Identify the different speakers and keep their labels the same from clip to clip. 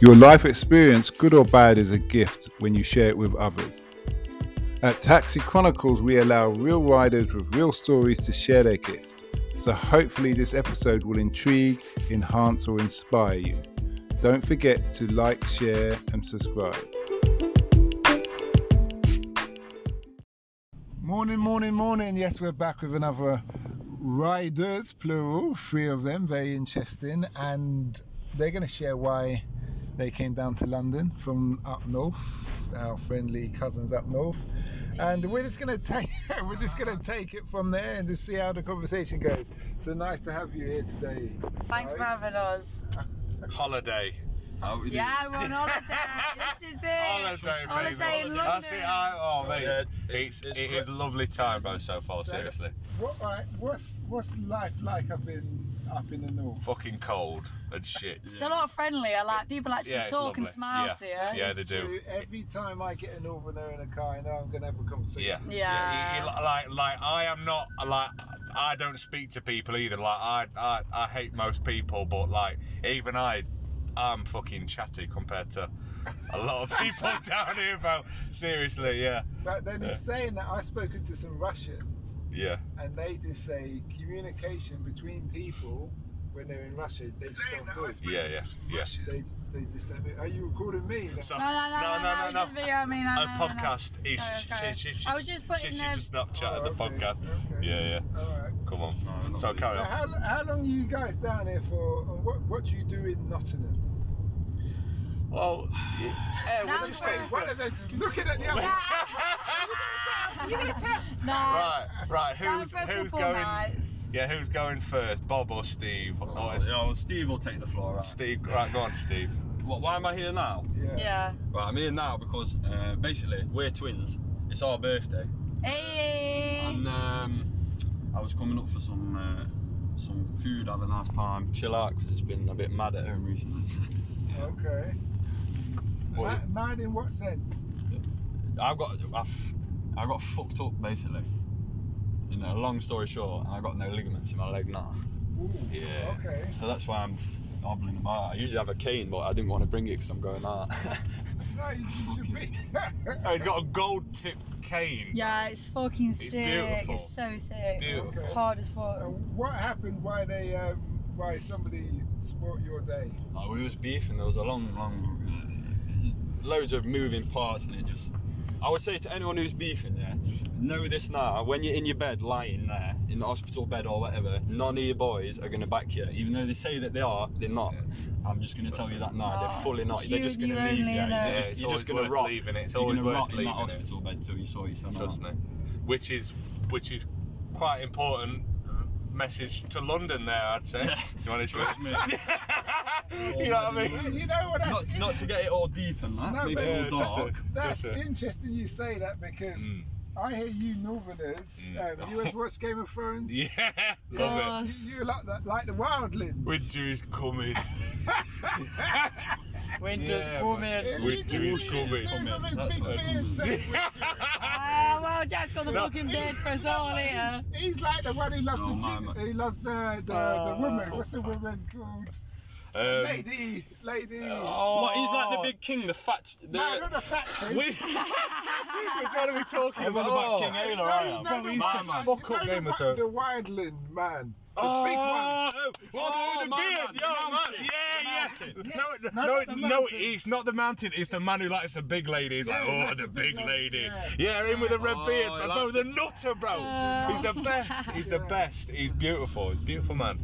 Speaker 1: Your life experience, good or bad, is a gift when you share it with others. At Taxi Chronicles, we allow real riders with real stories to share their gift. So hopefully, this episode will intrigue, enhance, or inspire you. Don't forget to like, share, and subscribe. Morning, morning, morning. Yes, we're back with another riders, plural, three of them, very interesting. And they're going to share why they came down to London from up north, our friendly cousins up north, and we're just gonna take we're just gonna take it from there and just see how the conversation goes. So nice to have you here today.
Speaker 2: Thanks for
Speaker 1: guys.
Speaker 2: having us.
Speaker 3: Holiday.
Speaker 2: Yeah, we're on holiday. this is it.
Speaker 3: Holiday,
Speaker 2: Holiday in
Speaker 3: baby. That's it.
Speaker 2: London.
Speaker 3: I, oh, mate.
Speaker 4: Yeah,
Speaker 3: it's,
Speaker 4: it's-
Speaker 3: it's,
Speaker 4: it's
Speaker 3: a lovely time, bro, so far,
Speaker 1: So-
Speaker 3: seriously.
Speaker 1: What like, what's what's life like up in up in the north?
Speaker 3: Fucking cold and shit.
Speaker 2: It's a lot friendlier. Like people actually
Speaker 3: Yeah, it's
Speaker 2: talk and
Speaker 3: lovely.
Speaker 2: smile
Speaker 3: Yeah.
Speaker 2: to you.
Speaker 3: Yeah, they
Speaker 1: It's
Speaker 3: do.
Speaker 1: true. Every time I get a northerner in a car, I know I'm gonna have a conversation.
Speaker 3: Yeah.
Speaker 2: Yeah.
Speaker 3: You- you- like, like I am not like I don't speak to people either. Like I, I, I hate most people, but like even I, I'm fucking chatty compared to a lot of people down here. Bro. Seriously, yeah,
Speaker 1: But then in
Speaker 3: Yeah.
Speaker 1: saying that, I've spoken to some Russians.
Speaker 3: yeah.
Speaker 1: and they just say communication between people when they're in Russia, they just don't do it.
Speaker 3: Yeah, yeah, yeah.
Speaker 1: They, they just don't do it. Are you recording me? Like,
Speaker 3: So-
Speaker 2: No, no, no, no, no, no, it's just video. I mean, I
Speaker 3: A podcast
Speaker 2: Carry
Speaker 3: is.
Speaker 2: on,
Speaker 3: she-
Speaker 2: carry on.
Speaker 3: she- she-
Speaker 2: I was just
Speaker 3: she-
Speaker 2: putting
Speaker 3: she
Speaker 2: the-
Speaker 3: just Snapchat
Speaker 1: Oh,
Speaker 3: the
Speaker 1: okay,
Speaker 3: podcast.
Speaker 1: okay.
Speaker 3: Yeah, yeah.
Speaker 1: all right.
Speaker 3: Come on. so carry
Speaker 1: So
Speaker 3: on.
Speaker 1: how, how long are you guys down here for? And what what do you do in Nottingham?
Speaker 3: Well, yeah,
Speaker 2: Now
Speaker 3: we'll
Speaker 2: the
Speaker 3: just
Speaker 1: Wait,
Speaker 3: stay
Speaker 2: world-
Speaker 3: for-
Speaker 1: one of them just looking at the other.
Speaker 2: no,
Speaker 3: Right, right.
Speaker 2: down
Speaker 3: Who's
Speaker 2: for a
Speaker 3: who's
Speaker 2: couple
Speaker 3: going?
Speaker 2: nights.
Speaker 3: Yeah, who's going first? Bob or Steve? Or
Speaker 4: Oh,
Speaker 3: is-
Speaker 4: no, Steve will take the floor out.
Speaker 3: Steve, right, go on, Steve.
Speaker 4: What, why am I here now?
Speaker 1: Yeah.
Speaker 2: Yeah.
Speaker 4: Right, I'm here now because uh, basically we're twins. It's our birthday,
Speaker 2: Hey.
Speaker 3: Oh,
Speaker 4: and um, I was coming up for some uh, some food, have a nice time, chill out because it's been a bit mad at home recently.
Speaker 1: Okay.
Speaker 3: What-
Speaker 1: Ma- mad in what sense?
Speaker 4: I've got I've, I got fucked up basically. You know, long story short, I got no ligaments in my leg now,
Speaker 1: Ooh,
Speaker 3: Yeah.
Speaker 1: Okay.
Speaker 4: so that's why I'm f- hobbling about. I usually have a cane, but I didn't want to bring it because I'm going out.
Speaker 1: No, you, you should be.
Speaker 3: Oh, he's got a gold tip cane.
Speaker 2: Yeah, it's fucking sick.
Speaker 3: beautiful.
Speaker 2: It's so sick.
Speaker 3: Beautiful.
Speaker 2: It's hard as fuck.
Speaker 1: And what happened? Why they? Um, why somebody spoilt your day?
Speaker 4: Like, we was beefing. There was a long, long, uh, just loads of moving parts, and it just. I would say to anyone who's beefing, yeah, know this now. When you're in your bed, lying there in the hospital bed or whatever, none of your boys are gonna back you, even though they say that they are. They're not. I'm just gonna tell you that now.
Speaker 2: Oh,
Speaker 4: they're fully not.
Speaker 2: it's
Speaker 4: They're
Speaker 2: you-
Speaker 4: just gonna
Speaker 2: you
Speaker 4: leave.
Speaker 2: only
Speaker 4: Yeah,
Speaker 2: know.
Speaker 4: you're
Speaker 3: Yeah,
Speaker 4: just,
Speaker 3: it's
Speaker 4: you're just
Speaker 3: always
Speaker 4: gonna
Speaker 3: worth
Speaker 4: rot.
Speaker 3: leaving it. It's
Speaker 4: you're
Speaker 3: always
Speaker 4: gonna
Speaker 3: worth
Speaker 4: rot in
Speaker 3: leaving
Speaker 4: that
Speaker 3: it.
Speaker 4: hospital bed till you sort yourself
Speaker 3: Trust
Speaker 4: out.
Speaker 3: me. Which is, which is quite important message to London there, I'd say. Do you want to
Speaker 4: Trust me.
Speaker 3: You know what I mean?
Speaker 1: Well, you know what? That's
Speaker 4: not, not to get it all deep and that.
Speaker 1: No,
Speaker 4: Maybe
Speaker 1: but-
Speaker 4: it all
Speaker 3: Yeah,
Speaker 4: dark.
Speaker 3: trust me.
Speaker 1: That's
Speaker 3: Yes, sir.
Speaker 1: interesting you say that because
Speaker 3: Mm.
Speaker 1: I hear you Northerners.
Speaker 3: Mm.
Speaker 1: Um, you ever watch Game of Thrones?
Speaker 3: Yeah, love it.
Speaker 2: Gosh,
Speaker 1: You, you like that, like the wildling.
Speaker 3: Winter's coming.
Speaker 2: Winter's
Speaker 3: Yeah,
Speaker 2: coming.
Speaker 1: If you
Speaker 3: we
Speaker 1: could
Speaker 3: do
Speaker 1: see
Speaker 3: shove
Speaker 1: the
Speaker 3: it.
Speaker 1: tune of his
Speaker 4: That's
Speaker 1: big
Speaker 4: what
Speaker 1: beard
Speaker 4: happens.
Speaker 1: saying,
Speaker 2: Ah, well, Jack's got the
Speaker 3: No.
Speaker 2: fucking bed for us all here.
Speaker 1: He's like the one who loves
Speaker 4: No,
Speaker 1: the
Speaker 4: my-
Speaker 1: gin,
Speaker 4: my-
Speaker 1: he loves the the, the
Speaker 2: Oh,
Speaker 1: woman. What's the
Speaker 3: fuck.
Speaker 1: woman called?
Speaker 3: Ah. Um,
Speaker 1: lady, lady.
Speaker 3: oh.
Speaker 4: What, he's like the bbig king, the fat. The,
Speaker 1: no, not the fat thing.
Speaker 4: We-
Speaker 3: Which one are we talking
Speaker 4: I'm on
Speaker 3: about?
Speaker 4: about
Speaker 1: No,
Speaker 4: King Ayla,
Speaker 1: no,
Speaker 4: I
Speaker 1: no,
Speaker 4: am.
Speaker 1: the-
Speaker 3: Probably used to
Speaker 1: no,
Speaker 3: fuck
Speaker 1: no,
Speaker 3: up
Speaker 1: the
Speaker 3: Game
Speaker 1: wi-
Speaker 3: of Thrones. Ah.
Speaker 1: The wildling man, the big one.
Speaker 4: Oh,
Speaker 3: Oh, the
Speaker 4: my
Speaker 3: beard,
Speaker 4: man,
Speaker 3: yeah,
Speaker 4: the
Speaker 3: man,
Speaker 4: mountain,
Speaker 3: yeah,
Speaker 4: the mountain.
Speaker 3: yeah. No, no,
Speaker 1: not the
Speaker 3: no,
Speaker 1: mountain.
Speaker 3: it's not the mountain. It's the man who likes the big lady. He's like,
Speaker 1: Yeah,
Speaker 3: oh, the big lady.
Speaker 1: yeah.
Speaker 3: Yeah, him with the red
Speaker 4: Oh,
Speaker 3: beard.
Speaker 4: he
Speaker 3: But bro,
Speaker 4: likes
Speaker 3: the nutter, bro. He's the best. He's the
Speaker 1: Yeah.
Speaker 3: best. He's beautiful. He's a beautiful man.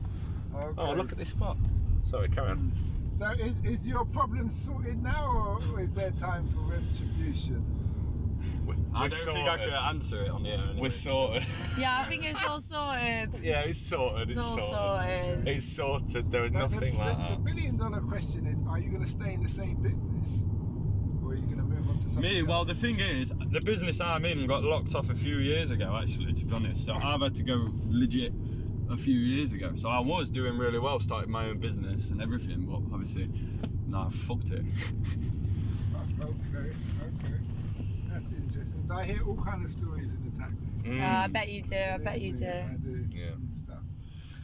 Speaker 1: Okay.
Speaker 3: Oh, look at this spot. Sorry, carry on.
Speaker 1: So is, is your problem sorted now, or is there time for retribution?
Speaker 3: We're,
Speaker 4: I
Speaker 3: we're
Speaker 4: don't think I
Speaker 3: sorted.
Speaker 4: could answer it on the air. Anyway.
Speaker 3: We're sorted.
Speaker 2: Yeah, I think it's all sorted.
Speaker 3: yeah, it's sorted. It's,
Speaker 2: It's all
Speaker 3: sorted.
Speaker 2: sorted.
Speaker 3: It's sorted. There is
Speaker 1: Like, the-
Speaker 3: nothing
Speaker 1: the,
Speaker 3: like
Speaker 1: the
Speaker 3: that.
Speaker 1: billion dollar question is: Are you going to stay in the same business, or are you going to move on to something?
Speaker 4: Me,
Speaker 1: else?
Speaker 4: well, the thing is, the business I'm in got locked off a few years ago, actually, to be honest. So I've had to go legit a few years ago. So I was doing really well, started my own business and everything, but obviously, nah, I fucked it.
Speaker 1: Okay, okay, that's interesting. So I hear all kind of stories in the taxi.
Speaker 2: Yeah, I
Speaker 3: Mm.
Speaker 2: bet you do. I bet you do.
Speaker 1: I do.
Speaker 3: Yeah.
Speaker 1: and Stuff.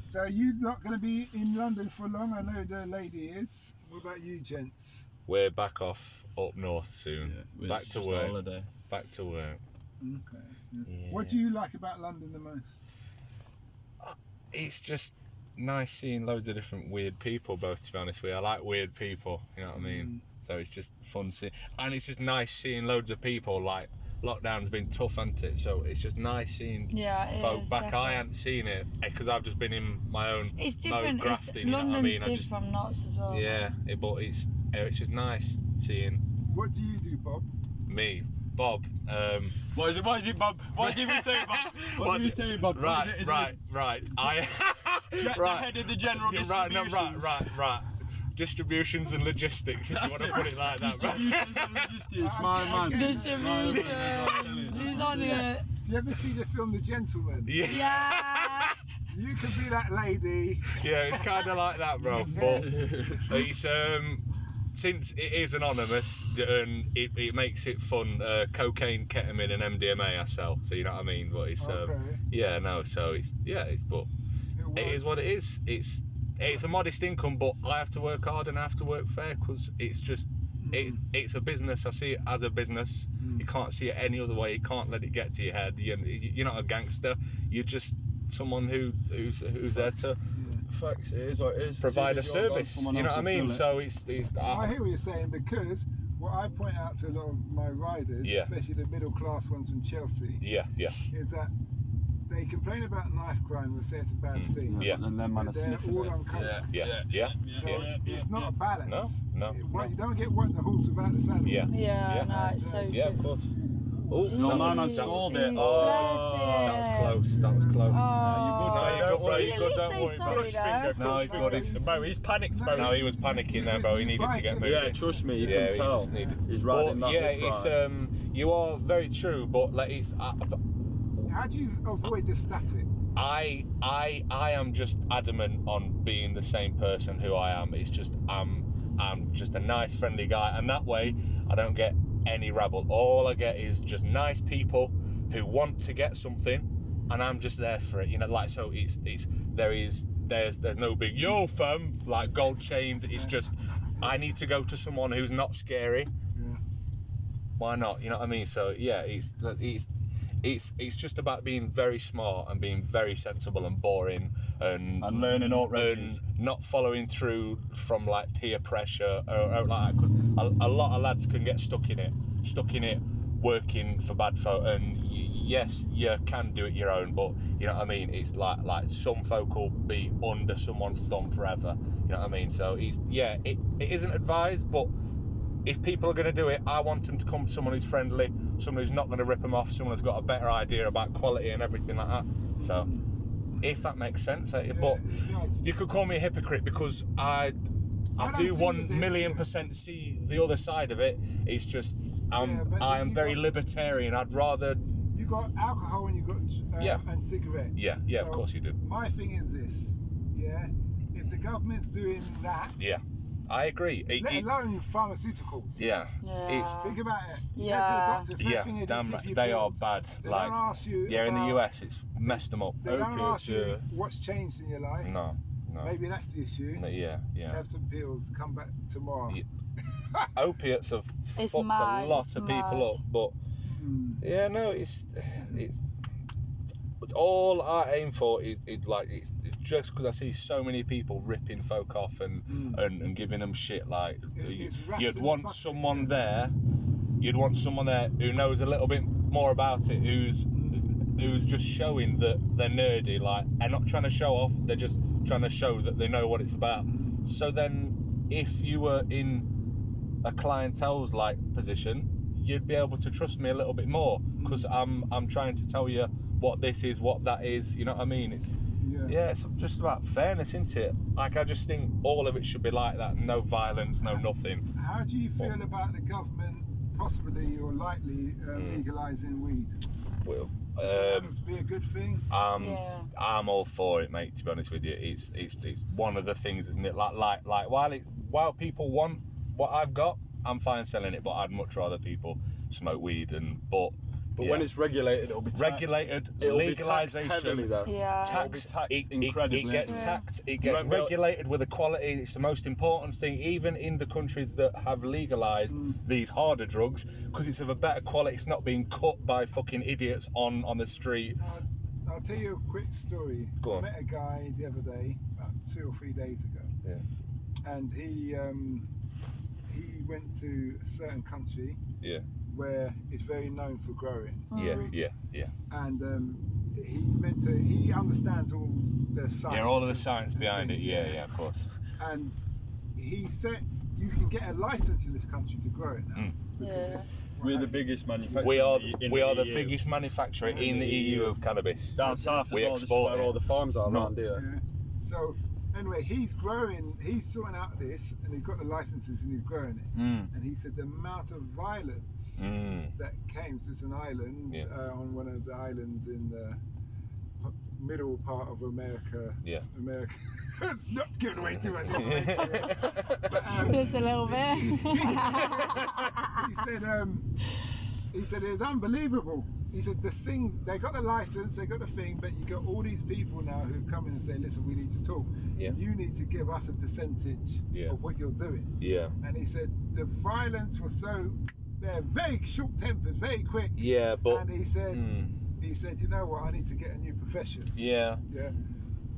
Speaker 1: So you're not going to be in London for long. I know the lady is. What about you, gents?
Speaker 3: We're back off up north soon.
Speaker 4: It was
Speaker 3: back to
Speaker 4: just a
Speaker 3: work.
Speaker 4: holiday.
Speaker 3: Back to work.
Speaker 1: Okay. What do you like about London the most?
Speaker 3: It's just nice seeing loads of different weird people. Both to be honest with you, I like weird people. You know what I mean?
Speaker 4: Mm.
Speaker 3: So it's just fun seeing, and it's just nice seeing loads of people. Like lockdown's been tough, hasn't it? So it's just nice seeing
Speaker 2: Yeah, it
Speaker 3: folk
Speaker 2: is
Speaker 3: back. I
Speaker 2: definitely.
Speaker 3: hadn't seen it because I've just been in my own.
Speaker 2: It's
Speaker 3: mode
Speaker 2: different. it's,
Speaker 3: grafting, you know what I
Speaker 2: London's
Speaker 3: mean? I
Speaker 2: different
Speaker 3: just-
Speaker 2: from knots as well.
Speaker 3: Yeah, it, but it's eh, it's just nice seeing
Speaker 1: What do you do, Bob?
Speaker 3: me, Bob. Um,
Speaker 4: Why is it? Why is it, Bob? Why did we say Bob? What,
Speaker 3: What-
Speaker 4: did we say, Bob?
Speaker 3: right,
Speaker 4: Is it, is
Speaker 3: right,
Speaker 4: It
Speaker 3: right. I
Speaker 4: Jack,
Speaker 3: right.
Speaker 4: the head of the general
Speaker 3: Yeah, right, no,
Speaker 4: distributions.
Speaker 3: right, right, right. Distributions and logistics, if you
Speaker 4: That's
Speaker 3: want to
Speaker 4: it.
Speaker 3: put it like that. Right?
Speaker 4: Distributions and logistics. My man.
Speaker 2: Distribution. He's on it.
Speaker 1: Do you ever see the film The Gentleman?
Speaker 3: Yeah,
Speaker 2: Yeah.
Speaker 1: You can be that lady.
Speaker 3: yeah, it's kind of like that, bro. But it's um, since it is anonymous d- and it, it makes it fun. Uh, cocaine, ketamine, and MDMA I sell, so you know what I mean. But it's um,
Speaker 1: Okay.
Speaker 3: yeah, no, so it's yeah, it's but It is what it is. It's it's a modest income, but I have to work hard and I have to work fair because it's just it's
Speaker 4: Mm.
Speaker 3: it's a business. I see it as a business. You can't see it any other way. You can't let it get to your head. You, you're not a gangster. You're just someone who who's who's there to
Speaker 4: Facts. It is what it is.
Speaker 3: provide a
Speaker 4: As soon as you're gone,
Speaker 3: service.
Speaker 4: someone
Speaker 3: You know
Speaker 4: else
Speaker 3: what I
Speaker 4: will
Speaker 3: mean?
Speaker 4: fill it.
Speaker 3: So it's it's
Speaker 1: I
Speaker 3: uh,
Speaker 1: hear what you're saying because what I point out to a lot of my riders,
Speaker 3: Yeah.
Speaker 1: especially the middle class ones from Chelsea,
Speaker 3: yeah yeah
Speaker 1: is that they complain about knife crime and say it's a bad thing.
Speaker 3: Mm, Yeah.
Speaker 4: And then man,
Speaker 1: But they're all uncomfortable.
Speaker 3: yeah yeah
Speaker 1: So
Speaker 3: yeah.
Speaker 1: it's not a balance.
Speaker 3: no no
Speaker 1: It- well, you don't get one the horse without the saddle.
Speaker 3: yeah
Speaker 2: Yeah,
Speaker 3: Yeah.
Speaker 2: no, it's so
Speaker 3: yeah
Speaker 2: true.
Speaker 3: of course. Oh,
Speaker 2: Jeez,
Speaker 4: No, man, I
Speaker 3: that
Speaker 4: stalled
Speaker 3: was-
Speaker 4: it.
Speaker 2: he's
Speaker 3: Oh, that was
Speaker 2: blessed.
Speaker 3: close. That was close.
Speaker 2: Oh.
Speaker 3: No, you're good, bro.
Speaker 2: He
Speaker 3: You're
Speaker 2: at
Speaker 3: good.
Speaker 2: least
Speaker 3: Don't
Speaker 2: say
Speaker 3: worry,
Speaker 2: sorry,
Speaker 3: bro.
Speaker 2: though.
Speaker 3: No, he's good. He's
Speaker 4: Bro, he's panicked,
Speaker 1: bro.
Speaker 3: No, he was panicking there, bro. He needed to get moving.
Speaker 4: Yeah, trust me, you
Speaker 3: Yeah,
Speaker 4: can
Speaker 3: he
Speaker 4: tell.
Speaker 3: just needed-
Speaker 4: He's riding
Speaker 3: But,
Speaker 4: that
Speaker 3: yeah,
Speaker 4: upright.
Speaker 3: it's um, you are very true, but like it's uh, I,
Speaker 1: How do you avoid the static?
Speaker 3: I I I am just adamant on being the same person who I am. It's just um, I'm I'm just a nice, friendly guy, and that way I don't get any rabble. All I get is just nice people who want to get something, and I'm just there for it. You know, like so it's it's there is there's there's no big yo fam like gold chains. It's just I need to go to someone who's not scary
Speaker 1: Yeah.
Speaker 3: why not? You know what I mean? So yeah, it's it's it's it's just about being very smart and being very sensible and boring and
Speaker 4: And um, learning alt
Speaker 3: and
Speaker 4: ranges.
Speaker 3: not following through from like peer pressure or, or like because a, a lot of lads can get stuck in it, stuck in it, working for bad folk. And y- yes, you can do it your own, but you know what I mean. It's like like some folk will be under someone's thumb forever. You know what I mean? So it's yeah, it, it isn't advised, but if people are going to do it, I want them to come to someone who's friendly, someone who's not going to rip them off, someone who's got a better idea about quality and everything like that. So, if that makes sense, eh, but
Speaker 1: yeah, it's-
Speaker 3: you could call me a hypocrite because I, I
Speaker 1: I don't
Speaker 3: do
Speaker 1: see you
Speaker 3: one
Speaker 1: as a
Speaker 3: million
Speaker 1: hypocrite.
Speaker 3: percent see the other side of it. It's just I'm
Speaker 1: Yeah, but
Speaker 3: I
Speaker 1: you
Speaker 3: am very
Speaker 1: got-
Speaker 3: libertarian. I'd rather
Speaker 1: You got alcohol and you got uh,
Speaker 3: Yeah.
Speaker 1: and cigarettes.
Speaker 3: yeah yeah of course you do
Speaker 1: My thing is this, yeah. If the government's doing that,
Speaker 3: yeah I agree. It-
Speaker 1: let
Speaker 3: it-
Speaker 1: alone pharmaceuticals.
Speaker 3: yeah, it's
Speaker 2: Yeah.
Speaker 1: Think about it. You go to
Speaker 2: Yeah.
Speaker 1: the doctor, first
Speaker 3: yeah
Speaker 1: thing they do
Speaker 3: damn
Speaker 1: is
Speaker 3: right.
Speaker 1: give you
Speaker 3: they are
Speaker 1: pills.
Speaker 3: bad.
Speaker 1: They
Speaker 3: like
Speaker 1: don't ask you.
Speaker 3: yeah in the
Speaker 1: about-
Speaker 3: US it's messed them up.
Speaker 1: They don't ask
Speaker 3: Opiates,
Speaker 1: you
Speaker 3: yeah.
Speaker 1: what's changed in your life.
Speaker 3: No, no.
Speaker 1: Maybe that's the issue.
Speaker 3: No, Yeah, yeah.
Speaker 1: Have some pills. Come back tomorrow.
Speaker 3: Yeah. Opiates have
Speaker 2: It's
Speaker 3: fucked
Speaker 2: mad,
Speaker 3: a lot
Speaker 2: it's
Speaker 3: of people
Speaker 2: mad.
Speaker 3: up, but
Speaker 1: Mm-hmm.
Speaker 3: yeah, no, it's it's. But all I aim for is, is like it's, it's just because I see so many people ripping folk off and and, and giving them shit. Like you-
Speaker 1: it's rats
Speaker 3: you'd
Speaker 1: in a
Speaker 3: want
Speaker 1: bucket,
Speaker 3: someone there, you'd want someone there who knows a little bit more about it, who's who's just showing that they're nerdy, like and not trying to show off. They're just trying to show that they know what it's about. So then, if you were in a clientele's like position, you'd be able to trust me a little bit more because I'm I'm trying to tell you what this is, what that is. You know what I mean? It's,
Speaker 1: Yeah.
Speaker 3: yeah, it's just about fairness, isn't it? Like I just think all of it should be like that. No violence, no nothing.
Speaker 1: How do you feel about the government possibly or likely uh,
Speaker 3: Mm.
Speaker 1: legalising weed?
Speaker 3: Well,
Speaker 1: That
Speaker 3: um,
Speaker 1: would be a good thing.
Speaker 3: I'm
Speaker 2: Yeah.
Speaker 3: I'm all for it, mate. To be honest with you, it's it's it's one of the things, isn't it? Like like like while it while people want what I've got, I'm fine selling it, but I'd much rather people smoke weed and but
Speaker 4: But when
Speaker 3: Yeah.
Speaker 4: it's regulated, it'll be taxed.
Speaker 3: Regulated,
Speaker 4: it'll Be
Speaker 3: legalisation.
Speaker 4: taxed heavily, though.
Speaker 2: Yeah.
Speaker 4: Tax-
Speaker 3: taxed.
Speaker 4: It'll be
Speaker 3: it,
Speaker 4: taxed
Speaker 3: it-
Speaker 4: incredibly.
Speaker 3: it gets
Speaker 2: Yeah.
Speaker 3: taxed. It
Speaker 4: You
Speaker 3: gets
Speaker 4: won't be able-
Speaker 3: regulated with equality. It's the most important thing, even in the countries that have legalized
Speaker 4: Mm.
Speaker 3: these harder drugs, because it's of a better quality. It's not being cut by fucking idiots on on the street.
Speaker 1: I'll tell you a quick story.
Speaker 3: Go on.
Speaker 1: I met a guy the other day, about two or three days ago.
Speaker 3: Yeah.
Speaker 1: And he um, he went to a certain country
Speaker 3: Yeah.
Speaker 1: where it's very known for growing.
Speaker 2: Mm.
Speaker 1: weed.
Speaker 3: yeah, yeah.
Speaker 1: And um, he's meant to. He understands all the science.
Speaker 3: Yeah, all of the
Speaker 1: and-
Speaker 3: science
Speaker 1: and
Speaker 3: behind it.
Speaker 1: things,
Speaker 3: Yeah, yeah, of course.
Speaker 1: And he said you can get a license in this country to grow it now.
Speaker 3: Mm.
Speaker 1: because it's-
Speaker 4: We're the biggest manufacturer.
Speaker 3: We are
Speaker 4: in the- E in
Speaker 3: we are the
Speaker 4: EU.
Speaker 3: biggest manufacturer in the
Speaker 4: E
Speaker 3: EU of cannabis.
Speaker 4: Down south as
Speaker 3: We
Speaker 4: well, this is
Speaker 3: export
Speaker 4: where
Speaker 3: it.
Speaker 4: all the farms are around
Speaker 3: Nuts.
Speaker 4: here.
Speaker 1: Yeah. So anyway, he's growing. He's sorting out this, and he's got the licenses, and he's growing it.
Speaker 3: Mm.
Speaker 1: And he said the amount of violence
Speaker 3: Mm.
Speaker 1: that came. So it's an island
Speaker 3: Yeah.
Speaker 1: uh, on one of the islands in the p- middle part of America.
Speaker 3: Yeah.
Speaker 1: America. it's not giving away too much information. but, um,
Speaker 2: Just a little bit.
Speaker 1: he said, um, he said it's unbelievable. He said the things they got the license, they got the thing, but you got all these people now who come in and say, listen, we need to talk.
Speaker 3: Yeah.
Speaker 1: You need to give us a percentage
Speaker 3: Yeah.
Speaker 1: of what you're doing.
Speaker 3: yeah.
Speaker 1: And he said the violence was so they're very short tempered, very quick.
Speaker 3: Yeah, but
Speaker 1: and he said,
Speaker 3: Mm.
Speaker 1: he said, you know what? I need to get a new profession.
Speaker 3: yeah,
Speaker 1: Yeah.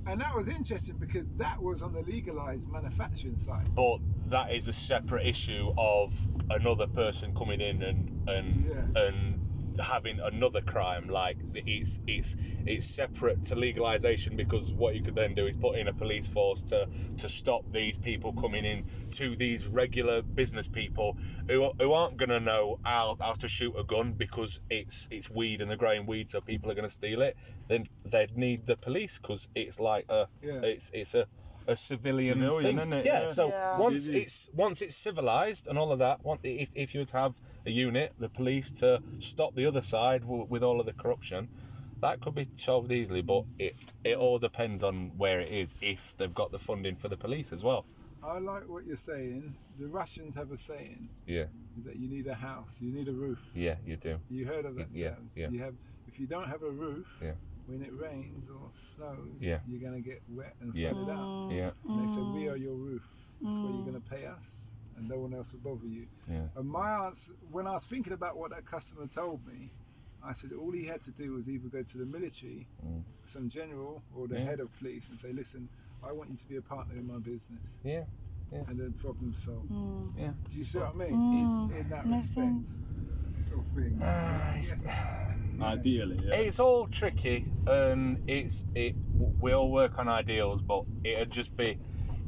Speaker 1: And that was interesting because that was on the legalized manufacturing side.
Speaker 3: but that is a separate issue of another person coming in and and
Speaker 1: Yeah.
Speaker 3: and having another crime. Like it's it's it's separate to legalization because what you could then do is put in a police force to to stop these people coming in to these regular business people who who aren't gonna know how how to shoot a gun because it's it's weed and they're growing weed, so people are gonna steal it. Then they'd need the police because it's like a
Speaker 1: Yeah.
Speaker 3: it's it's a a civilian,
Speaker 4: Civilian,
Speaker 3: thing.
Speaker 4: isn't it?
Speaker 3: Yeah,
Speaker 4: Yeah.
Speaker 3: so
Speaker 2: Yeah.
Speaker 3: once
Speaker 4: Civil.
Speaker 3: it's once it's civilized and all of that, one- if, if you were to have a unit, the police to stop the other side w- with all of the corruption, that could be solved easily. But it it all depends on where it is. If they've got the funding for the police as well.
Speaker 1: I like what you're saying. The Russians have a saying
Speaker 3: Yeah,
Speaker 1: that you need a house, you need a roof.
Speaker 3: yeah, you do.
Speaker 1: You heard of that
Speaker 3: Yeah,
Speaker 1: term?
Speaker 3: yeah.
Speaker 1: You have. If you don't have a roof,
Speaker 3: Yeah.
Speaker 1: when it rains or snows,
Speaker 3: Yeah.
Speaker 1: you're gonna get wet and
Speaker 3: Yeah.
Speaker 1: flooded out.
Speaker 3: Yeah,
Speaker 1: And they said, "We
Speaker 2: Mm.
Speaker 1: are your roof. That's where you're gonna pay us, and no one else will bother you."
Speaker 3: Yeah.
Speaker 1: And my answer, when I was thinking about what that customer told me, I said all he had to do was either go to the military, some general, or the
Speaker 3: Mm. Yeah.
Speaker 1: head of police, and say, "Listen, I want you to be a partner in my business,"
Speaker 3: yeah.
Speaker 1: and then problem solved.
Speaker 3: Yeah.
Speaker 1: Do you see what I mean?
Speaker 2: Mm.
Speaker 1: In that
Speaker 2: Makes
Speaker 1: respect,
Speaker 2: sense.
Speaker 1: sort of thing.
Speaker 4: Ideally, yeah.
Speaker 3: It's all tricky, and it's it. We all work on ideals, but it'd just be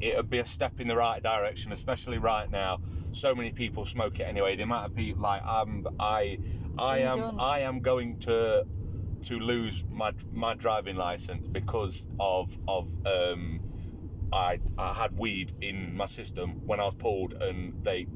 Speaker 3: it'd be a step in the right direction, especially right now. So many people smoke it anyway. The amount of people like I'm, I, I
Speaker 2: You
Speaker 3: am,
Speaker 2: don't.
Speaker 3: I am going to to lose my my driving license because of of um, I I had weed in my system when I was pulled, and they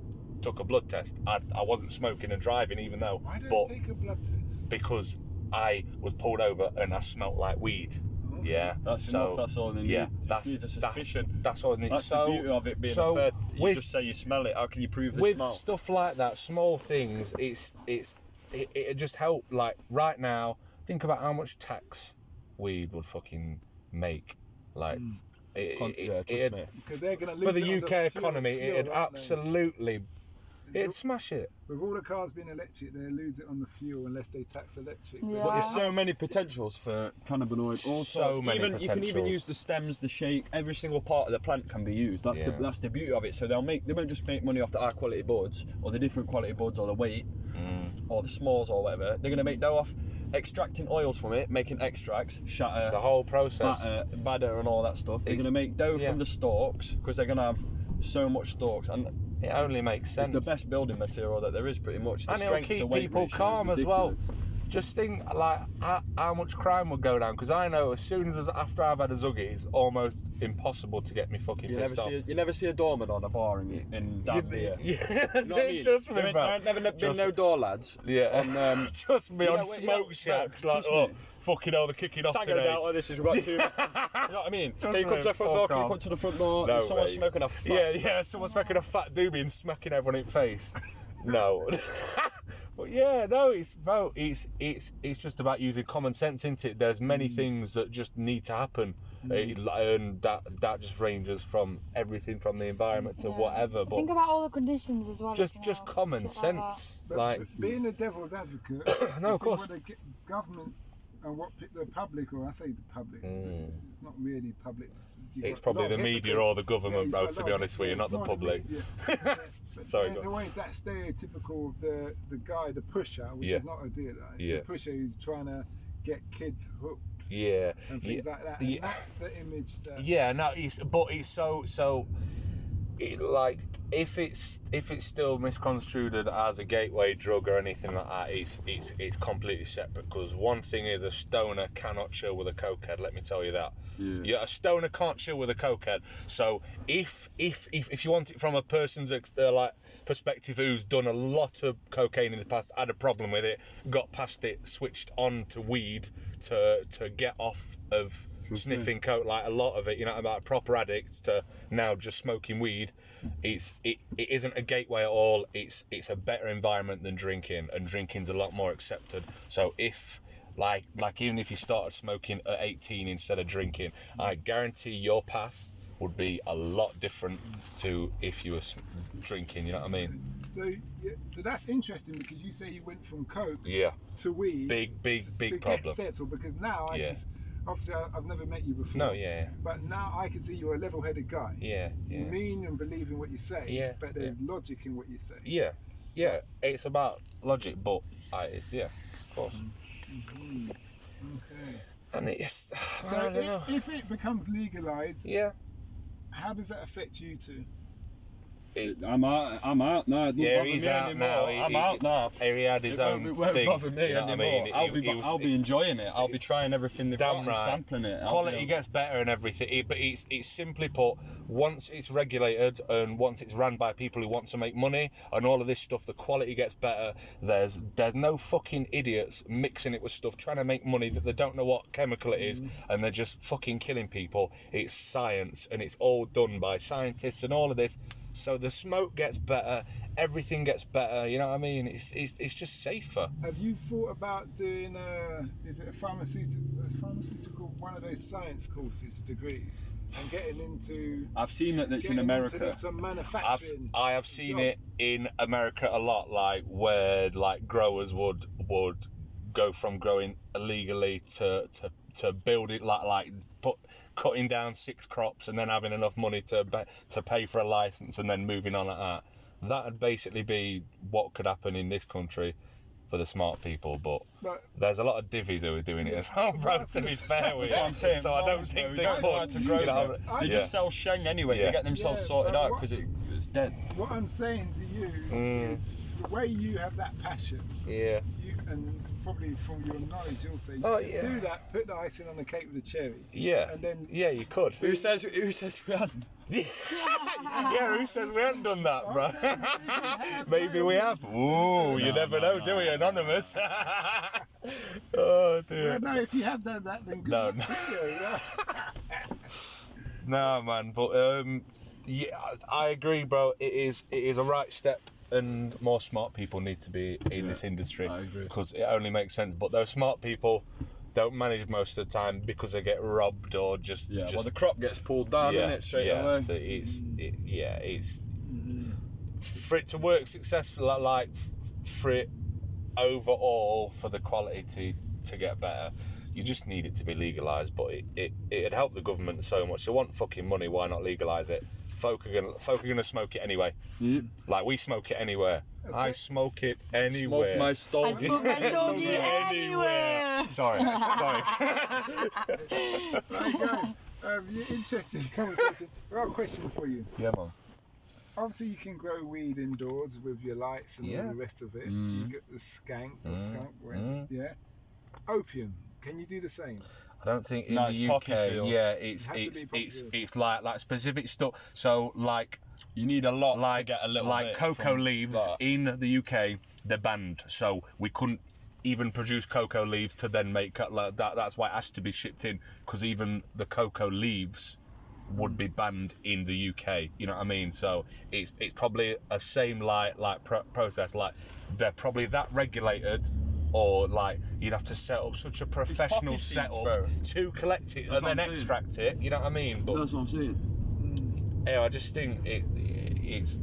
Speaker 3: took a blood test. I, I wasn't smoking and driving, even though.
Speaker 1: Why don't
Speaker 3: but
Speaker 1: you take a blood test?
Speaker 3: because I was pulled over and I smelt like weed. Yeah.
Speaker 4: That's
Speaker 3: so,
Speaker 4: enough. That's all they need.
Speaker 3: yeah,
Speaker 4: Just
Speaker 3: that's
Speaker 4: need a suspicion.
Speaker 3: That's, that's all. I need.
Speaker 4: That's
Speaker 3: so,
Speaker 4: the beauty of it being
Speaker 3: so
Speaker 4: a fed. You
Speaker 3: with-
Speaker 4: just say you smell it. How can you prove the
Speaker 3: with
Speaker 4: smell?
Speaker 3: stuff like that, small things, it's it's it, it just help. Like right now, think about how much tax weed would fucking make. Like, it,
Speaker 4: Con-
Speaker 3: it-
Speaker 4: Hmm. yeah, trust
Speaker 3: it'd-
Speaker 4: me.
Speaker 1: Because they're going to
Speaker 3: for the UK economy, it'd absolutely it'd smash it.
Speaker 1: With all the cars being electric, they lose it on the fuel unless they tax electric.
Speaker 2: Yeah.
Speaker 4: But there's so many potentials for cannabinoid. All
Speaker 3: So
Speaker 4: sorts.
Speaker 3: many
Speaker 4: even, You can even
Speaker 3: potentials.
Speaker 4: use the stems, the shake. Every single part of the plant can be used. That's the
Speaker 3: Yeah.
Speaker 4: that's the beauty of it. So they'll make they won't just make money off the high quality buds or the different quality buds or the weight
Speaker 3: Mm.
Speaker 4: or the smalls or whatever. They're gonna make dough off extracting oils from it, making extracts, shatter,
Speaker 3: The whole process.
Speaker 4: batter, batter, and all that stuff. They're
Speaker 3: It's-
Speaker 4: gonna make dough
Speaker 3: yeah.
Speaker 4: from the stalks because they're gonna have so much stalks and.
Speaker 3: It only makes sense.
Speaker 4: It's the best building material that there is, pretty much. The
Speaker 3: and it'll
Speaker 4: strength to
Speaker 3: keep
Speaker 4: weight
Speaker 3: people
Speaker 4: ratio is
Speaker 3: calm as well.
Speaker 4: ridiculous.
Speaker 3: Just think like how, how much crime would go down because I know as soon as after I've had a zuggy, it's almost impossible to get me fucking
Speaker 4: You never,
Speaker 3: pissed off.
Speaker 4: see a, you never see a doorman on a bar in, in down
Speaker 3: yeah,
Speaker 4: here. You know what I mean?
Speaker 3: just me,
Speaker 4: There ain't-
Speaker 3: bro.
Speaker 4: there ain't never been
Speaker 3: Trust
Speaker 4: no
Speaker 3: me.
Speaker 4: door lads.
Speaker 3: Yeah,
Speaker 4: And um,
Speaker 3: just me
Speaker 4: yeah,
Speaker 3: on
Speaker 4: wait,
Speaker 3: smoke
Speaker 4: no,
Speaker 3: shacks,
Speaker 4: no,
Speaker 3: like
Speaker 4: trust
Speaker 3: oh,
Speaker 4: me.
Speaker 3: fucking hell, they're kicking off
Speaker 4: Tango
Speaker 3: today.
Speaker 4: down on this is right too. you know what I mean? Can you
Speaker 3: me,
Speaker 4: come to the front
Speaker 3: fuck
Speaker 4: door? Can you
Speaker 3: off.
Speaker 4: come to the front door?
Speaker 3: No,
Speaker 4: There's someone
Speaker 3: mate.
Speaker 4: smoking a fat.
Speaker 3: Yeah, yeah, someone's making a fat doobie and smacking everyone in the face. No. But yeah, no, it's bro, it's it's it's just about using common sense, isn't it? There's
Speaker 5: Mm.
Speaker 3: many things that just need to happen, It- and that that just ranges from everything from the environment to
Speaker 5: Yeah.
Speaker 3: whatever. But
Speaker 5: Think about all the conditions as well. you
Speaker 3: just
Speaker 5: know,
Speaker 3: just common
Speaker 5: shit like that.
Speaker 3: sense, like
Speaker 1: being a devil's advocate,
Speaker 3: No,
Speaker 1: you
Speaker 3: of
Speaker 1: think What
Speaker 3: course.
Speaker 1: the g- government and what pe- the public, or I say the public, it's really- it's not really public. It's, you've
Speaker 3: Mm. it's
Speaker 1: got
Speaker 3: probably
Speaker 1: a lot
Speaker 3: the
Speaker 1: of
Speaker 3: media
Speaker 1: hypocrites.
Speaker 3: or the government,
Speaker 1: Yeah,
Speaker 3: bro.
Speaker 1: you've
Speaker 3: To
Speaker 1: got
Speaker 3: be
Speaker 1: a lot of-
Speaker 3: honest with you,
Speaker 1: it's
Speaker 3: not the public.
Speaker 1: media. But
Speaker 3: Sorry,
Speaker 1: There's
Speaker 3: go on.
Speaker 1: always that stereotypical of the the guy, the pusher, which
Speaker 3: Yeah.
Speaker 1: is not a dealer. It's
Speaker 3: Yeah.
Speaker 1: a pusher who's trying to get kids hooked
Speaker 3: Yeah,
Speaker 1: and
Speaker 3: yeah,
Speaker 1: things like that. And
Speaker 3: yeah.
Speaker 1: That's the image that.
Speaker 3: yeah. No, it's but it's so so. It, like if it's if it's still misconstrued as a gateway drug or anything like that, it's it's it's completely separate. Because one thing is a stoner cannot chill with a cokehead. Let me tell you that.
Speaker 4: Yeah.
Speaker 3: a stoner can't chill with a cokehead. So if if if, if you want it from a person's ex- uh, like perspective who's done a lot of cocaine in the past, had a problem with it, got past it, switched on to weed to to get off of sniffing coke, like a lot of it, you know, about proper addicts to now just smoking weed. It's it, it isn't a gateway at all. It's it's a better environment than drinking, and drinking's a lot more accepted. So if like like even if you started smoking at 18 instead of drinking i guarantee your path would be a lot different to if you were sm- drinking you know what i mean
Speaker 1: So yeah, so that's interesting because you say you went from coke
Speaker 3: yeah
Speaker 1: to weed.
Speaker 3: big big
Speaker 1: to
Speaker 3: big
Speaker 1: get
Speaker 3: problem
Speaker 1: settled because now I
Speaker 3: Yeah.
Speaker 1: can, s- obviously I- I've never met you before.
Speaker 3: no yeah
Speaker 1: But now I can see you're a level-headed guy.
Speaker 3: yeah
Speaker 1: You
Speaker 3: yeah
Speaker 1: mean and believe in what you say.
Speaker 3: Yeah,
Speaker 1: But there's logic in what you say.
Speaker 3: yeah yeah it's about logic but i yeah of course
Speaker 1: Okay.
Speaker 3: and it's
Speaker 1: So
Speaker 3: i don't know
Speaker 1: if, if it becomes legalized,
Speaker 3: yeah
Speaker 1: how does that affect you two?
Speaker 4: I'm out. I'm out now. It doesn't
Speaker 3: Yeah,
Speaker 4: bother
Speaker 3: he's
Speaker 4: me
Speaker 3: out
Speaker 4: anymore.
Speaker 3: now. He-
Speaker 4: I'm
Speaker 3: he-
Speaker 4: out now.
Speaker 3: he had his
Speaker 4: It
Speaker 3: own
Speaker 4: won't, it won't
Speaker 3: thing
Speaker 4: bother me
Speaker 3: you know what
Speaker 4: anymore. I
Speaker 3: It-
Speaker 4: will
Speaker 3: it-
Speaker 4: be,
Speaker 3: it was-
Speaker 4: I'll be enjoying it. I'll be trying everything they've
Speaker 3: Damn
Speaker 4: got
Speaker 3: right.
Speaker 4: and sampling it. I'll be
Speaker 3: quality
Speaker 4: able-
Speaker 3: gets better and everything it- but it's it's simply put once it's regulated and once it's run by people who want to make money and all of this stuff the quality gets better there's there's no fucking idiots mixing it with stuff trying to make money that they don't know what chemical it
Speaker 4: Mm.
Speaker 3: is and they're just fucking killing people it's science and it's all done by scientists and all of this so the smoke gets better everything gets better you know what i mean it's it's, it's just safer
Speaker 1: Have you thought about doing a is it a pharmaceutical, a pharmaceutical one of those science courses degrees and getting into
Speaker 4: I've seen that it's in
Speaker 1: getting
Speaker 4: America.
Speaker 1: into the- some
Speaker 3: I've,
Speaker 1: manufacturing?
Speaker 3: I have seen
Speaker 1: job.
Speaker 3: it in America a lot, like where like growers would would go from growing illegally to to, to build it like like put cutting down six crops and then having enough money to ba- to pay for a license and then moving on at that. That would basically be what could happen in this country for the smart people, but.
Speaker 1: But
Speaker 3: There's a lot of divvies who are doing it as well, bro. To be fair with
Speaker 4: That's what I'm
Speaker 3: you,
Speaker 4: saying.
Speaker 3: so I don't
Speaker 4: Farmers,
Speaker 3: think
Speaker 4: bro,
Speaker 3: they
Speaker 4: you don't know how
Speaker 3: put-
Speaker 4: to grow
Speaker 3: you know,
Speaker 4: them.
Speaker 1: I
Speaker 4: They
Speaker 3: yeah.
Speaker 4: just sell shang anyway.
Speaker 3: Yeah.
Speaker 4: They get themselves
Speaker 1: Yeah,
Speaker 4: sorted
Speaker 1: but
Speaker 4: out
Speaker 1: what-
Speaker 4: because it, it's dead.
Speaker 1: What I'm saying to you
Speaker 3: Mm.
Speaker 1: is the way you have that passion,
Speaker 3: yeah,
Speaker 1: you, and probably from your knowledge, you'll say,
Speaker 3: Oh,
Speaker 1: you
Speaker 3: yeah.
Speaker 1: do that, put the icing on the cake with a cherry.
Speaker 3: yeah,
Speaker 1: And then-
Speaker 3: yeah, you could.
Speaker 4: Who says? Who says we hadn't?
Speaker 3: Yeah, who says we haven't done that, bro? Maybe we have. Ooh, you never know, do we? Anonymous. oh
Speaker 1: Well,
Speaker 3: dear.
Speaker 1: no, if you have done that, then good.
Speaker 3: No,
Speaker 1: luck
Speaker 3: no.
Speaker 1: to you, yeah.
Speaker 3: Nah, man. But um, yeah, I- I agree, bro. It is it is a right step, and more smart people need to be in this industry
Speaker 4: I agree.
Speaker 3: because it only makes sense. But those smart people don't manage most of the time because they get robbed or just
Speaker 4: Yeah.
Speaker 3: just
Speaker 4: well, the crop gets pulled down in it straight
Speaker 3: yeah.
Speaker 4: away.
Speaker 3: So it's it, yeah, it's for it to work successful like, like f- for it overall for the quality to to get better. You just need it to be legalized, but it it it'd help the government so much. They want fucking money. Why not legalize it? Folk are gonna folk are gonna smoke it anyway. Like we smoke it anywhere. I smoke it anywhere.
Speaker 4: Smoke my
Speaker 2: I
Speaker 4: stole.
Speaker 2: smoke my doggy anywhere.
Speaker 3: Sorry, sorry.
Speaker 1: There you go. Um, you interesting conversation. I've got a question for you.
Speaker 3: yeah, man.
Speaker 1: Obviously, you can grow weed indoors with your lights and all
Speaker 3: Yeah. Mm.
Speaker 1: the rest of it. You get the skank or skunk, when, yeah. Opium. Can you do the same?
Speaker 3: I don't think in
Speaker 4: No, it's
Speaker 3: the
Speaker 4: poppy
Speaker 3: UK.
Speaker 4: fields.
Speaker 3: Yeah,
Speaker 1: It has
Speaker 3: it's
Speaker 1: to
Speaker 3: it's
Speaker 1: be
Speaker 3: it's
Speaker 1: poppy
Speaker 3: it's like like specific stuff. So like
Speaker 4: You need a lot
Speaker 3: like
Speaker 4: to get a little
Speaker 3: like
Speaker 4: bit
Speaker 3: cocoa
Speaker 4: from
Speaker 3: leaves
Speaker 4: that.
Speaker 3: in the UK, they're banned. So we couldn't even produce cocoa leaves to then make cut- like that. That's why it has to be shipped in because even the cocoa leaves would be banned in the UK. You know what I mean? So it's it's probably a same like like pro- process. Like they're probably that regulated. Or like you'd have to set up such a professional
Speaker 4: seeds,
Speaker 3: setup
Speaker 4: bro.
Speaker 3: to collect it
Speaker 4: That's what
Speaker 3: and then
Speaker 4: I'm saying.
Speaker 3: extract it. You know what I mean? But
Speaker 4: That's what I'm saying.
Speaker 1: Mm,
Speaker 3: yeah, I just think it, it it's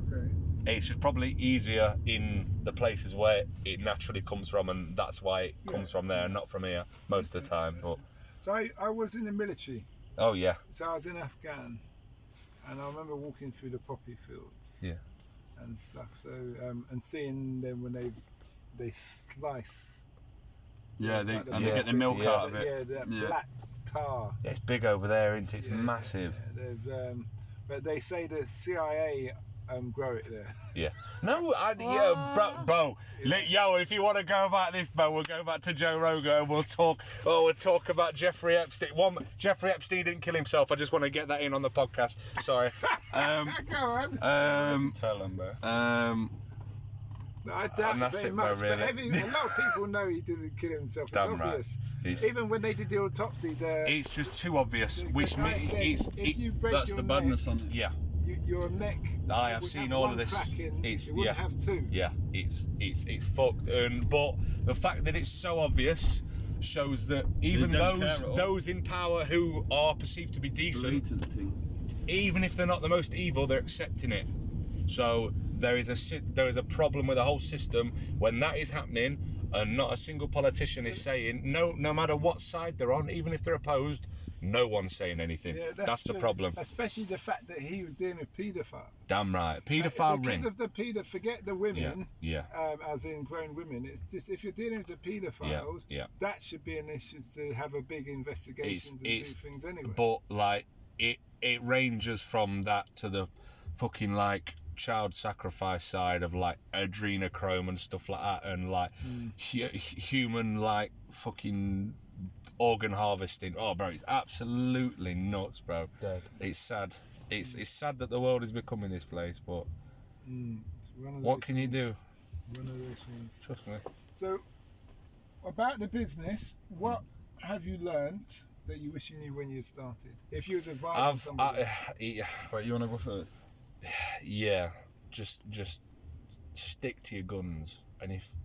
Speaker 1: Okay.
Speaker 3: it's just probably easier in the places where it naturally comes from, and that's why it comes from there, not from here most of the time. But
Speaker 1: So I, I was in the military.
Speaker 3: oh yeah,
Speaker 1: So I was in Afghan, and I remember walking through the poppy fields.
Speaker 3: Yeah.
Speaker 1: And stuff. So um, and seeing them when they they slice.
Speaker 4: Yeah, they,
Speaker 1: like the
Speaker 4: and they
Speaker 3: yeah,
Speaker 4: get the milk
Speaker 3: yeah.
Speaker 4: out of it.
Speaker 1: yeah, that
Speaker 4: Yeah.
Speaker 1: black tar.
Speaker 3: it's big over there, isn't it? It's
Speaker 1: Yeah,
Speaker 3: massive.
Speaker 1: yeah, there's, um, but they say the CIA um, grow it there.
Speaker 3: No, I, yeah, bro, bro li- yo, if you want to go about this, bro, we'll go back to Joe Rogan and we'll talk. Oh, we'll talk about Jeffrey Epstein. One, Jeffrey Epstein didn't kill himself. I just want to get that in on the podcast. Sorry.
Speaker 4: Um,
Speaker 1: go on.
Speaker 4: um,
Speaker 3: Tell them, bro.
Speaker 4: um,
Speaker 1: No, I doubt
Speaker 3: And Uh, that's
Speaker 1: very
Speaker 3: it,
Speaker 1: much.
Speaker 3: though,
Speaker 1: But
Speaker 3: really.
Speaker 1: every, a lot of people know he didn't kill himself.
Speaker 3: Damn
Speaker 1: it's
Speaker 3: right.
Speaker 1: obvious.
Speaker 3: It's-
Speaker 1: Even when they did the autopsy, the,
Speaker 3: It's just too obvious,
Speaker 1: the
Speaker 3: which
Speaker 1: guy
Speaker 3: means
Speaker 1: said,
Speaker 3: it's.
Speaker 1: if
Speaker 3: It,
Speaker 1: you break
Speaker 4: that's
Speaker 1: your
Speaker 4: the badness
Speaker 1: neck,
Speaker 4: on it.
Speaker 3: yeah.
Speaker 1: you, your neck.
Speaker 3: I
Speaker 1: it
Speaker 3: have
Speaker 1: would
Speaker 3: seen
Speaker 1: have
Speaker 3: all of
Speaker 1: one
Speaker 3: this.
Speaker 1: Crack in,
Speaker 3: It's-
Speaker 1: it wouldn't
Speaker 3: yeah.
Speaker 1: have two.
Speaker 3: yeah, it's it's it's fucked. And but the fact that it's so obvious shows that even
Speaker 4: don't
Speaker 3: those
Speaker 4: care at all.
Speaker 3: those in power who are perceived to be decent,
Speaker 4: blatant thing.
Speaker 3: even if they're not the most evil, they're accepting it. So there is a si- there is a problem with the whole system when that is happening, and not a single politician is saying no, no matter what side they're on, even if they're opposed, no one's saying anything.
Speaker 1: Yeah,
Speaker 3: that's the
Speaker 1: true.
Speaker 3: problem.
Speaker 1: Especially the fact that he was dealing with paedophile.
Speaker 3: Damn right,
Speaker 1: the
Speaker 3: paedophile
Speaker 1: kid
Speaker 3: ring.
Speaker 1: of the paedo, forget the
Speaker 3: Yeah,
Speaker 1: women,
Speaker 3: yeah.
Speaker 1: um, as in grown women. It's just if you're dealing with the paedophiles,
Speaker 3: yeah.
Speaker 1: that should be an issue to have a big investigation and
Speaker 3: it's-
Speaker 1: do things anyway.
Speaker 3: but like it it ranges from that to the fucking like child sacrifice side of like adrenochrome and stuff like that and like hu- human like fucking organ harvesting oh bro it's absolutely nuts bro
Speaker 4: Dead.
Speaker 3: it's sad it's it's sad that the world is becoming this place but
Speaker 1: Mm, it's one of
Speaker 3: what
Speaker 1: those-
Speaker 3: can you do
Speaker 1: One of those things.
Speaker 3: trust me
Speaker 1: So, about the business, what have you learnt that you wish you knew when you started? If you was advising
Speaker 3: i've
Speaker 1: somebody,
Speaker 3: I, yeah,
Speaker 4: Wait, you want to go first?
Speaker 3: yeah just just stick to your guns and if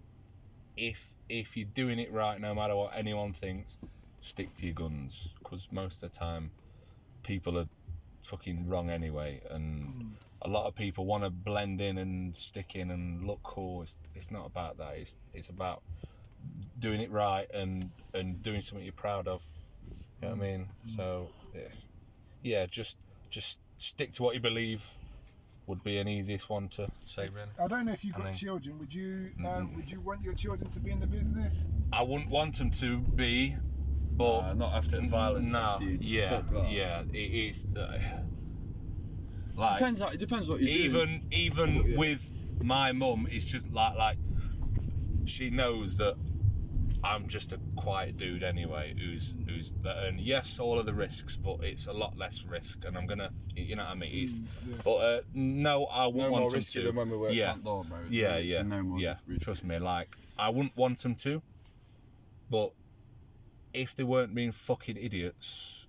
Speaker 3: if if you're doing it right no matter what anyone thinks stick to your guns because most of the time people are fucking wrong anyway and a lot of people want to blend in and stick in and look cool it's, it's not about that it's it's about doing it right and and doing something you're proud of you know what i mean so yeah, yeah just just stick to what you believe would be an easiest one to say really
Speaker 1: I don't know if you've got
Speaker 3: I think-
Speaker 1: children. Would you um, would you want your children to be in the business?
Speaker 3: I wouldn't want them to be, but
Speaker 4: Uh, not after violence.
Speaker 3: Nah,
Speaker 4: obviously.
Speaker 3: yeah,
Speaker 4: Fuck that.
Speaker 3: yeah. It is uh, like
Speaker 4: Depends. It depends what you do.
Speaker 3: even even
Speaker 4: Yeah.
Speaker 3: with my mum, it's just like like she knows that I'm just a quiet dude anyway. Who's who's that? And yes, all of the risks, but it's a lot less risk. And I'm gonna, you know what I mean? It's,
Speaker 1: Hmm, yeah.
Speaker 3: But uh, no, I wouldn't
Speaker 4: Hmm.
Speaker 3: want
Speaker 4: No more
Speaker 3: them
Speaker 4: risky
Speaker 3: to.
Speaker 4: than when we were at
Speaker 3: yeah,
Speaker 4: front door, bro.
Speaker 3: yeah,
Speaker 4: Literally
Speaker 3: yeah,
Speaker 4: No more
Speaker 3: yeah.
Speaker 4: risky.
Speaker 3: Trust me, like I wouldn't want them to, but if they weren't being fucking idiots,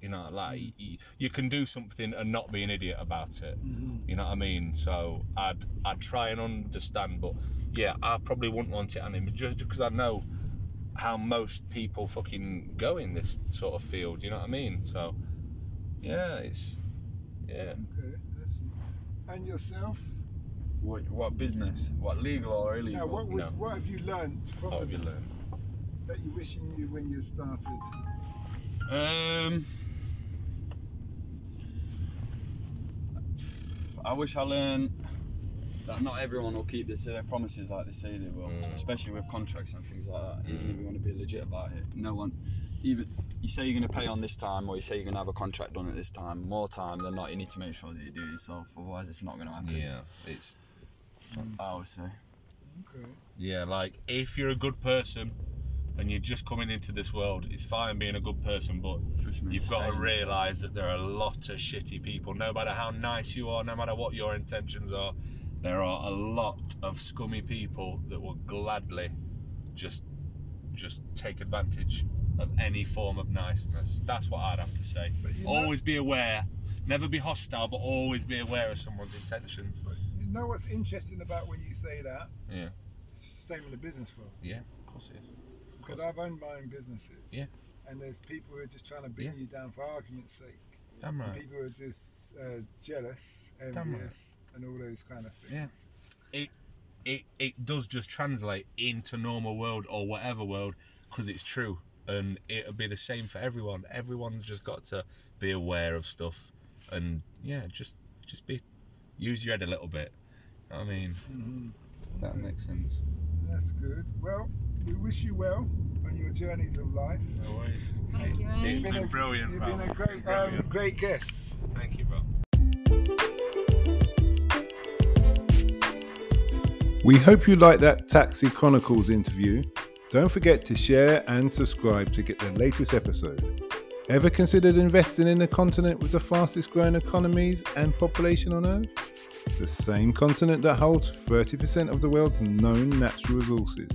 Speaker 3: you know, like y- y- you can do something and not be an idiot about it. You know what I mean? So I'd I'd try and understand, but yeah, I probably wouldn't want it anymore just because I know how most people fucking go in this sort of field. You know what I mean? So yeah, it's yeah.
Speaker 1: Okay, that's and yourself.
Speaker 4: What, what business? What legal or illegal?
Speaker 1: Now, what would,
Speaker 3: no. Oh,
Speaker 1: what have you learnt from the
Speaker 3: What have you learned?
Speaker 1: that you wish you knew when you started?
Speaker 4: Um, I wish I learned that not everyone will keep to their promises like they say they will,
Speaker 3: Mm.
Speaker 4: especially with contracts and things like that. Even if you want to be legit about it, no one, even you say you're going to pay on this time or you say you're going to have a contract done at this time, more time than not, you need to make sure that you do it yourself. Otherwise, it's not going to happen.
Speaker 3: Yeah, it's
Speaker 4: I would say.
Speaker 1: Okay.
Speaker 3: Yeah, like if you're a good person and you're just coming into this world, it's fine being a good person, but
Speaker 4: Trust me.
Speaker 3: you've got to
Speaker 4: Mm, stay-
Speaker 3: realise that there are a lot of shitty people. No matter how nice you are, no matter what your intentions are, there are a lot of scummy people that will gladly just just take advantage of any form of niceness. That's what I'd have to say.
Speaker 6: you know-
Speaker 3: Always be aware. Never be hostile, but always be aware of someone's intentions.
Speaker 6: You know what's interesting about when you say that?
Speaker 3: Yeah.
Speaker 6: It's just the same in the business world.
Speaker 3: Yeah, of course it is.
Speaker 6: Because I've owned my own businesses.
Speaker 3: Yeah.
Speaker 6: And there's people who are just trying to bring
Speaker 3: Yeah.
Speaker 6: you down for argument's sake.
Speaker 3: Damn right.
Speaker 6: People who are just uh, jealous,
Speaker 3: Damn right.
Speaker 6: envious, and all those kind of things.
Speaker 3: Yeah. it it does just translate into normal world or whatever world because it's true and it'll be the same for everyone everyone's just got to be aware of stuff and yeah just just be use your head a little bit i mean that makes sense
Speaker 6: Mm-hmm. That's good. Well, we wish you well on your journeys of life.
Speaker 3: no worries
Speaker 2: Thank you, Andy.
Speaker 3: It's been
Speaker 6: a,
Speaker 3: brilliant,
Speaker 6: You've
Speaker 3: pal.
Speaker 6: been a
Speaker 3: It's
Speaker 6: great,
Speaker 3: been brilliant.
Speaker 6: um, great guest.
Speaker 3: thank you bro
Speaker 6: We hope you like that Taxi Chronicles interview. Don't forget to share and subscribe to get the latest episode. Ever considered investing in a continent with the fastest growing economies and population on Earth? The same continent that holds 30% of the world's known natural resources.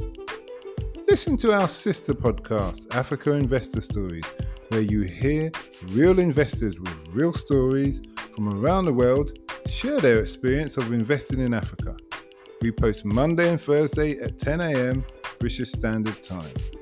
Speaker 6: Listen to our sister podcast, Africa Investor Stories, where you hear real investors with real stories from around the world share their experience of investing in Africa. We post Monday and Thursday at 10 a.m. British Standard Time.